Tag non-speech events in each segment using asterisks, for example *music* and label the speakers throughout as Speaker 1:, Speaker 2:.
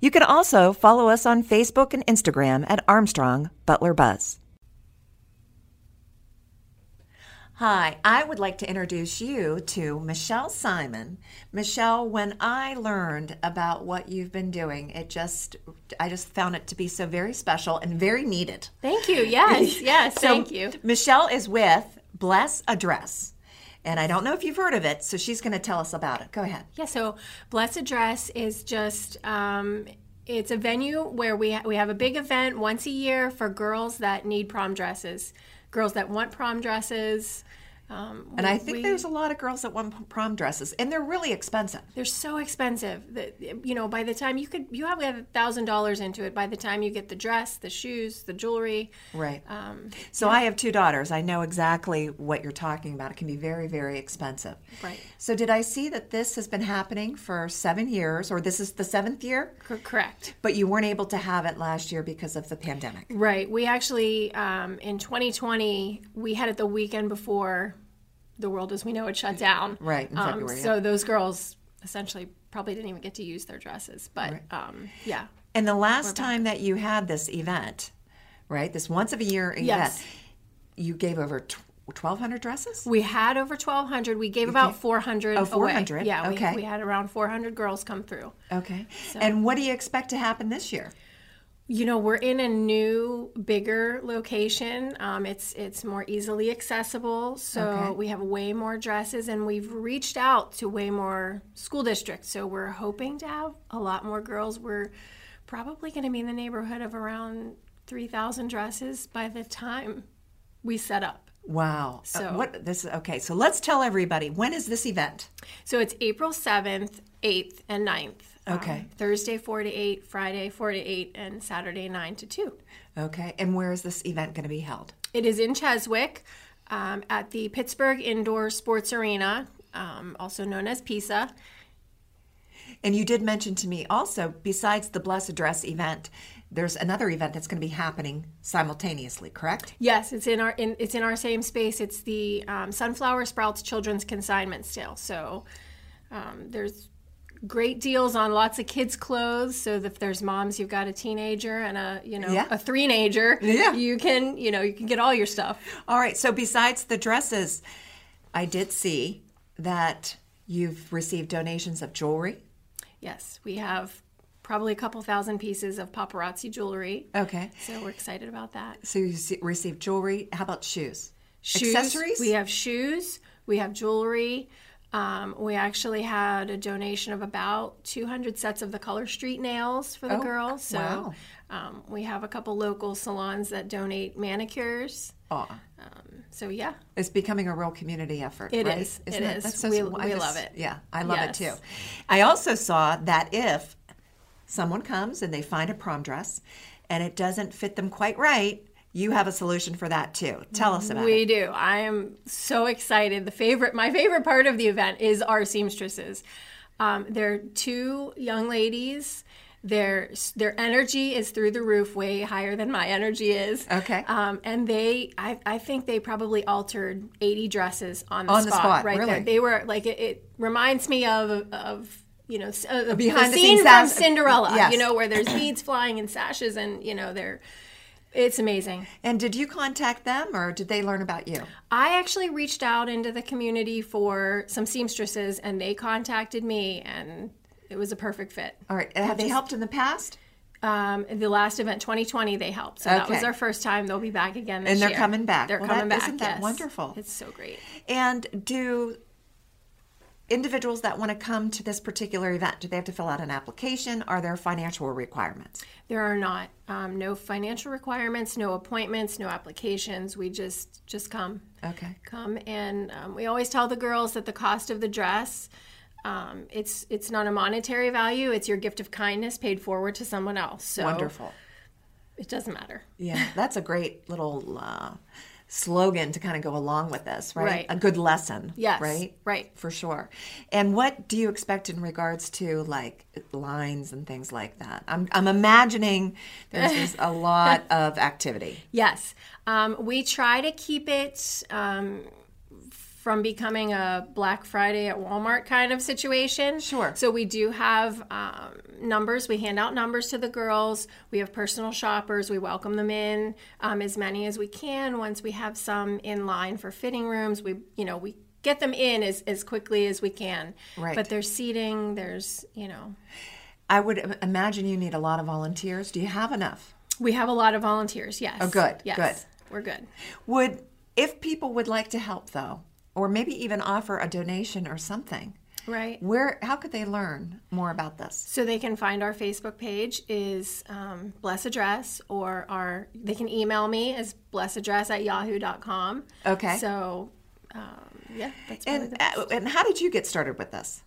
Speaker 1: You can also follow us on Facebook and Instagram at Armstrong Butler Buzz. Hi, I would like to introduce you to Michelle Simon. Michelle, when I learned about what you've been doing, it just I just found it to be so very special and very needed.
Speaker 2: Thank you. *laughs* Yes, yes,
Speaker 1: So,
Speaker 2: thank you.
Speaker 1: Michelle is with Bless Address. And I don't know if you've heard of it, so she's going to tell us about it. Go ahead.
Speaker 2: Yeah, so Blessed Address is just um, it's a venue where we ha- we have a big event once a year for girls that need prom dresses, girls that want prom dresses. Um,
Speaker 1: And
Speaker 2: we-
Speaker 1: I think
Speaker 2: we-
Speaker 1: there's a lot of girls that want prom dresses, and they're really expensive.
Speaker 2: they're so expensive that you know by the time you could you have a thousand dollars into it by the time you get the dress, the shoes, the jewelry.
Speaker 1: Right.
Speaker 2: um,
Speaker 1: so I have two daughters. I know exactly what you're talking about. It can be very, very expensive.
Speaker 2: Right.
Speaker 1: So did I see that this has been happening for seven years, or this is the seventh year?
Speaker 2: Cor- correct.
Speaker 1: But you weren't able to have it last year because of the pandemic.
Speaker 2: Right. We actually, um, in 2020, we had it the weekend before the world as we know it shut down.
Speaker 1: Right, in
Speaker 2: um,
Speaker 1: February, yeah.
Speaker 2: So those girls essentially probably didn't even get to use their dresses. But um, yeah.
Speaker 1: And the last time that you had this event, right, this once of a year event,
Speaker 2: Yes.
Speaker 1: you gave over tw- 1,200 dresses?
Speaker 2: We had over 1,200. We gave about 400.
Speaker 1: Oh,
Speaker 2: away.
Speaker 1: 400,
Speaker 2: Yeah. we-
Speaker 1: okay.
Speaker 2: we had around 400 girls come through.
Speaker 1: Okay. And what do you expect to happen this year?
Speaker 2: You know, we're in a new, bigger location. Um, it's it's more easily accessible, so
Speaker 1: Okay.
Speaker 2: we have way more dresses, and we've reached out to way more school districts. So we're hoping to have a lot more girls. We're probably going to be in the neighborhood of around three thousand dresses by the time we set up.
Speaker 1: Wow. So
Speaker 2: So-
Speaker 1: what this is okay. So let's tell everybody when is this event?
Speaker 2: So it's April seventh, eighth, and 9th. um,
Speaker 1: Okay.
Speaker 2: Thursday four to eight, Friday four to eight, and Saturday nine to two.
Speaker 1: Okay. And where is this event going to be held?
Speaker 2: It is in Cheswick um, at the Pittsburgh Indoor Sports Arena, um, also known as PISA.
Speaker 1: And you did mention to me also, besides the Bless Address event, there's another event that's going to be happening simultaneously, correct?
Speaker 2: Yes, it's in our in, it's in our same space. It's the um, Sunflower Sprouts Children's Consignment Sale. So um, there's great deals on lots of kids' clothes. So if there's moms, you've got a teenager and a you know
Speaker 1: Yeah.
Speaker 2: a three-nager,
Speaker 1: Yeah.
Speaker 2: you can you know you can get all your stuff.
Speaker 1: All right. So besides the dresses, I did see that you've received donations of jewelry.
Speaker 2: Yes, we have probably a couple thousand pieces of paparazzi jewelry.
Speaker 1: Okay.
Speaker 2: So we're excited about that.
Speaker 1: So you se- received jewelry. How about shoes?
Speaker 2: shoes.
Speaker 1: Accessories?
Speaker 2: We have shoes. We have jewelry. Um, we actually had a donation of about 200 sets of the color street nails for the
Speaker 1: Oh,
Speaker 2: girls. So
Speaker 1: wow.
Speaker 2: um, we have a couple local salons that donate manicures. Um,
Speaker 1: Aw.
Speaker 2: So yeah,
Speaker 1: It's becoming a real community effort.
Speaker 2: It
Speaker 1: right?
Speaker 2: is.
Speaker 1: Isn't
Speaker 2: It
Speaker 1: it?
Speaker 2: is.
Speaker 1: That's so
Speaker 2: We-
Speaker 1: cool. I
Speaker 2: we
Speaker 1: just-
Speaker 2: love it.
Speaker 1: Yeah, I love it too.
Speaker 2: Yes.
Speaker 1: I also saw that if someone comes and they find a prom dress and it doesn't fit them quite right, you have a solution for that too. Tell us about
Speaker 2: we
Speaker 1: it.
Speaker 2: do. I am so excited. The favorite, my favorite part of the event is our seamstresses. Um, they're two young ladies. Their their energy is through the roof, way higher than my energy is.
Speaker 1: Okay.
Speaker 2: Um, and they, I, I think they probably altered 80 dresses on the
Speaker 1: On the
Speaker 2: spot.
Speaker 1: spot,
Speaker 2: right
Speaker 1: really?
Speaker 2: there. They were like it, it reminds me of of you know s- uh,
Speaker 1: behind
Speaker 2: the
Speaker 1: the
Speaker 2: scene
Speaker 1: scenes
Speaker 2: from
Speaker 1: sounds-
Speaker 2: Cinderella.
Speaker 1: Yes.
Speaker 2: You know
Speaker 1: *clears throat*
Speaker 2: where there's beads flying and sashes and you know they're. It's amazing.
Speaker 1: And did you contact them or did they learn about you?
Speaker 2: I actually reached out into the community for some seamstresses and they contacted me and it was a perfect fit.
Speaker 1: All right. Have they helped in the past?
Speaker 2: Um, the last event, 2020, they helped. So that was
Speaker 1: Okay.
Speaker 2: our first time. They'll be back again this
Speaker 1: And they're
Speaker 2: year.
Speaker 1: coming back.
Speaker 2: They're
Speaker 1: Well,
Speaker 2: coming
Speaker 1: that-
Speaker 2: back.
Speaker 1: isn't that
Speaker 2: yes.
Speaker 1: wonderful?
Speaker 2: It's so great.
Speaker 1: And do individuals that want to come to this particular event, do they have to fill out an application? Are there financial requirements?
Speaker 2: There are not um, no financial requirements, no appointments, no applications. We just just come.
Speaker 1: Okay.
Speaker 2: come and um, we always tell the girls that the cost of the dress Um, it's it's not a monetary value. It's your gift of kindness paid forward to someone else. So
Speaker 1: Wonderful.
Speaker 2: It doesn't matter.
Speaker 1: Oh, Yeah, *laughs* that's a great little uh, slogan to kind of go along with this, right?
Speaker 2: Right.
Speaker 1: A good lesson.
Speaker 2: Yes,
Speaker 1: Right?
Speaker 2: right.
Speaker 1: For sure. And what do you expect in regards to like lines and things like that? I'm, I'm imagining there's *laughs* just a lot of activity.
Speaker 2: Yes. Um, we try to keep it um, from becoming a Black Friday at Walmart kind of situation.
Speaker 1: Sure.
Speaker 2: So we do have um, numbers. We hand out numbers to the girls. We have personal shoppers. We welcome them in um, as many as we can. Once we have some in line for fitting rooms, we you know we get them in as, as quickly as we can.
Speaker 1: Right.
Speaker 2: But there's seating. There's you know
Speaker 1: I would im- imagine you need a lot of volunteers. Do you have enough?
Speaker 2: we have a lot of volunteers. Yes. Oh,
Speaker 1: good,
Speaker 2: Yes.
Speaker 1: good.
Speaker 2: We're good.
Speaker 1: Would, if people would like to help though, or maybe even offer a donation or something,
Speaker 2: Right.
Speaker 1: where, how could they learn more about this?
Speaker 2: So they can find our Facebook page is um, Bless Address or our they can email me as blessaddress at yahoo.com.
Speaker 1: Okay.
Speaker 2: So um, yeah, that's probably
Speaker 1: And,
Speaker 2: the-
Speaker 1: uh, and how did you get started with this?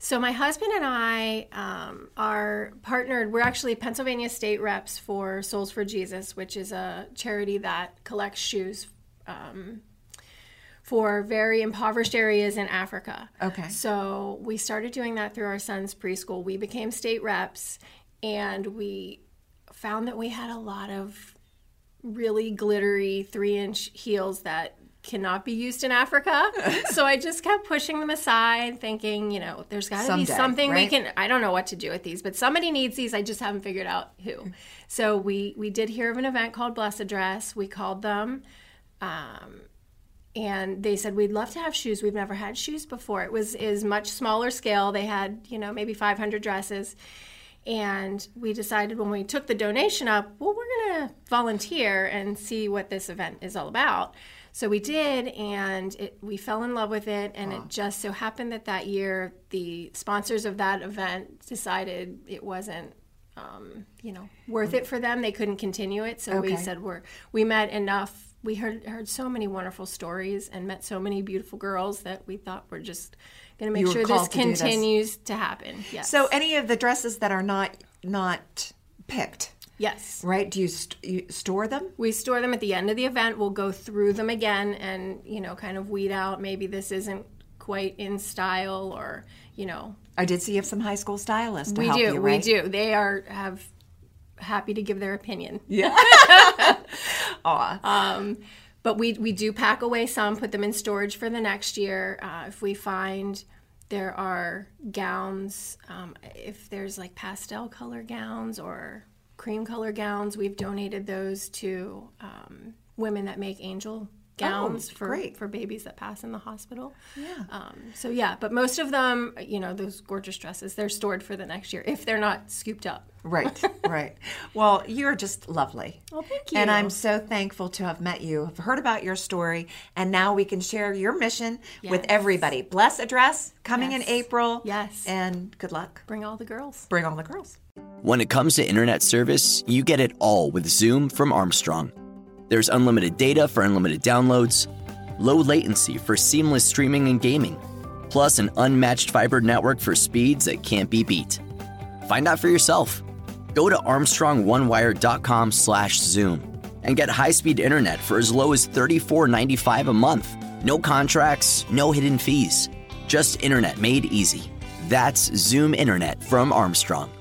Speaker 2: so my husband and I um, are partnered. We're actually Pennsylvania state reps for Souls for Jesus, which is a charity that collects shoes um, for very impoverished areas in Africa.
Speaker 1: Okay.
Speaker 2: So we started doing that through our son's preschool. We became state reps and we found that we had a lot of really glittery three inch heels that cannot be used
Speaker 1: *laughs*
Speaker 2: in Africa. so I just kept pushing them aside, thinking, you know, there's got to
Speaker 1: Someday,
Speaker 2: be something we
Speaker 1: right?
Speaker 2: can I don't know what to do with these, but somebody needs these. I just haven't figured out who. So we we did hear of an event called Blessed Dress. We called them um, and they said we'd love to have shoes we've never had shoes before it was is much smaller scale they had you know maybe 500 dresses and we decided when we took the donation up well we're going to volunteer and see what this event is all about so we did and it, we fell in love with it and it just so happened that that year the sponsors of that event decided it wasn't um, you know worth it for them they couldn't continue it so we
Speaker 1: Okay.
Speaker 2: said we're we met enough we heard heard so many wonderful stories and met so many beautiful girls that we thought we're just going to make
Speaker 1: You were
Speaker 2: sure this
Speaker 1: called to do this.
Speaker 2: continues to happen yes
Speaker 1: So any of the dresses that are not not picked,
Speaker 2: yes
Speaker 1: right? Do you, st- you store them?
Speaker 2: we store them at the end of the event we'll go through them again and you know kind of weed out maybe this isn't quite in style or you know
Speaker 1: I did see you have some high school stylists to
Speaker 2: we
Speaker 1: help
Speaker 2: do
Speaker 1: you,
Speaker 2: we
Speaker 1: right?
Speaker 2: do they are have happy to give their opinion
Speaker 1: Aw.
Speaker 2: but we we do pack away some, put them in storage for the next year. Uh, if we find there are gowns, um, if there's like pastel color gowns or cream color gowns, we've donated those to um, women that make angel gowns for
Speaker 1: great.
Speaker 2: for babies that pass in the hospital. Yeah. Um, so yeah, but most of them, you know, those gorgeous dresses, they're stored for the next year if they're not scooped up. *laughs*
Speaker 1: Right, right. Well, you're just lovely.
Speaker 2: Well, thank
Speaker 1: And
Speaker 2: you.
Speaker 1: I'm so thankful to have met you, have heard about your story, and now we can share your mission with
Speaker 2: Yes.
Speaker 1: everybody. Bless Address coming in
Speaker 2: Yes.
Speaker 1: April.
Speaker 2: Yes.
Speaker 1: And good luck.
Speaker 2: Bring all the girls.
Speaker 1: Bring on the girls.
Speaker 3: When it comes to internet service, you get it all with Zoom from Armstrong. There's unlimited data for unlimited downloads, low latency for seamless streaming and gaming, plus an unmatched fiber network for speeds that can't be beat. Find out for yourself. Go to armstrongonewire.com/zoom and get high-speed internet for as low as $34.95 a month. No contracts, no hidden fees. Just internet made easy. That's Zoom internet from Armstrong.